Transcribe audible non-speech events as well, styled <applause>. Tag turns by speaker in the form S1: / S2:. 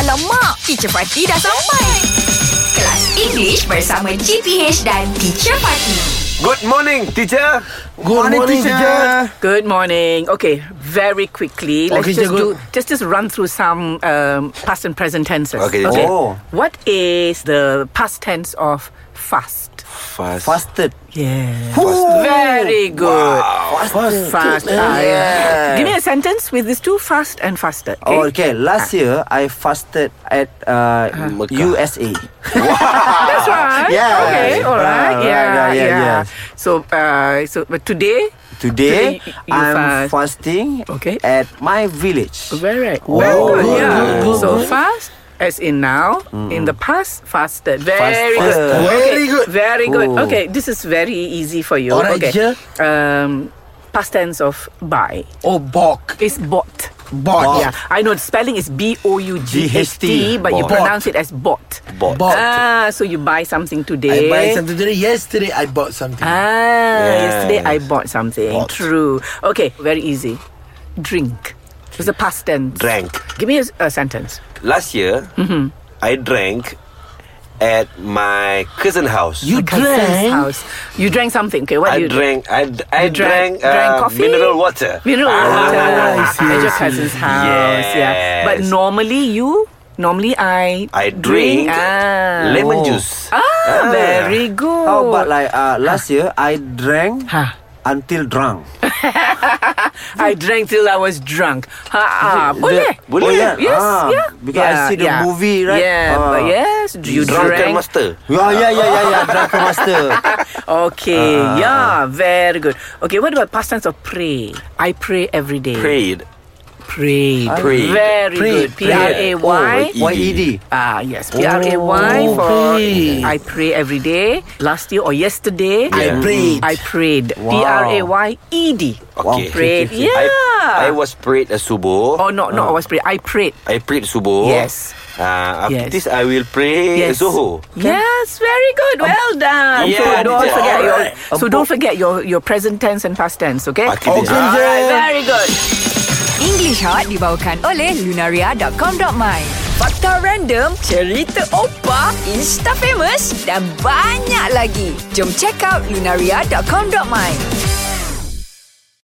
S1: Alah mak, teacher Fatih dah sampai. Kelas English bersama GPH dan teacher Fatih.
S2: Good morning, teacher.
S3: Good morning,
S4: morning,
S3: teacher.
S4: teacher.
S5: Good morning. Okay, very quickly, let's
S4: Okay,
S5: just
S4: cikgu.
S5: do just just run through some um, past and present tenses.
S2: Okay, cikgu. Oh.
S5: What is the past tense of fast?
S2: Fast.
S4: Fasted.
S5: Yeah. Very good.
S4: Fasted.
S5: Fast. Ah, yeah. Give me a sentence with these two fast and faster. Okay.
S4: Oh, okay. Last year I fasted at uh, USA.
S5: That's right.
S4: Yeah.
S5: Okay. All
S4: Ah,
S5: right.
S4: right,
S5: yeah,
S4: right,
S5: yeah.
S4: yeah, yes.
S5: So, uh, so but today.
S4: Today
S5: Today you- you
S4: I'm
S5: fast.
S4: fasting
S5: Okay.
S4: at my village.
S5: Very right. Very
S4: Wow.
S5: good.
S4: Good,
S5: Yeah.
S4: good, good,
S5: so
S4: good.
S5: fast as in now, in the past, faster. Very
S4: Faster.
S5: good.
S3: Very good.
S5: Very good.
S4: Oh.
S5: Okay, this is very easy for you.
S3: Alright,
S5: okay.
S3: teacher.
S5: Um, past tense of buy
S3: Oh, bok.
S5: is bought.
S3: Bok.
S5: Yeah, I know the spelling is B O U G H
S4: G H T.
S5: T, but you
S2: Bought.
S5: pronounce it as bought.
S2: Bought.
S3: Bought.
S5: Ah, so you buy something
S3: I
S5: today.
S3: buy something today. Yesterday, I bought something.
S5: Ah,
S2: Yes.
S5: yesterday I bought something.
S3: Bought.
S5: True. Okay, very easy. Drink. It's a past tense.
S2: Drank.
S5: Give me a, a sentence.
S2: Last year,
S5: Mm-hmm.
S2: I drank at my cousin house.
S3: You
S5: A cousin's
S3: drank?
S5: House. You drank something. Okay, what
S2: I
S5: do you
S2: drank. I, d- I
S5: You drank-
S2: drank, uh,
S5: drank coffee?
S2: mineral water. Ah.
S5: Mineral
S4: Ah,
S5: water
S3: I see,
S5: uh, at your
S3: I see.
S5: cousin's house. Yeah, but
S2: Yes.
S5: normally you, normally I,
S2: I drink
S5: ah.
S2: lemon juice.
S5: Ah, very good.
S4: Oh. How about like uh, last year I drank
S5: Ha.
S4: until drunk.
S5: I drank till I was drunk. Ha, ah, boleh.
S4: The- boleh kan?
S5: Yes,
S4: Ah,
S5: yeah.
S4: because I
S5: Yeah,
S4: see the
S5: yeah.
S4: movie, right?
S5: Yeah,
S4: Ah.
S5: but yes, you
S2: Drunken
S5: drank.
S2: master.
S4: Yeah, yeah, yeah, yeah, <laughs> yeah. Drunken master.
S5: Okay,
S2: Ah.
S5: yeah, very good. Okay, what about past tense of pray? I pray every day.
S2: Prayed.
S5: Prayed.
S2: Prayed.
S5: Very
S3: Prayed.
S5: good. P R A
S4: E
S5: Y.
S2: Oh,
S4: YED.
S5: Ah yes, P R A Y
S3: Oh,
S5: for
S3: prayed.
S5: I pray every day. Last year or yesterday,
S3: I
S2: Yeah.
S3: prayed.
S5: I prayed. P R A Y E D.
S2: Okay.
S5: Prayed. Yeah.
S2: I, I was prayed at subuh.
S5: oh no, no, I was prayed. I prayed.
S2: I prayed subuh.
S5: Yes.
S2: Uh, after
S5: Yes.
S2: this, I will pray
S5: Yes.
S2: zuhur.
S5: Yes, very good. Well done.
S2: yeah,
S5: so don't
S2: teacher.
S5: forget your
S4: Alright.
S5: so don't forget your your present tense and past tense. Okay.
S2: Okay, teacher.
S5: Alright, very good.
S1: English Hot dibawakan oleh lunaria.com.my. Fakta random, cerita opa, insta famous dan banyak lagi. Jom check out lunaria.com.my.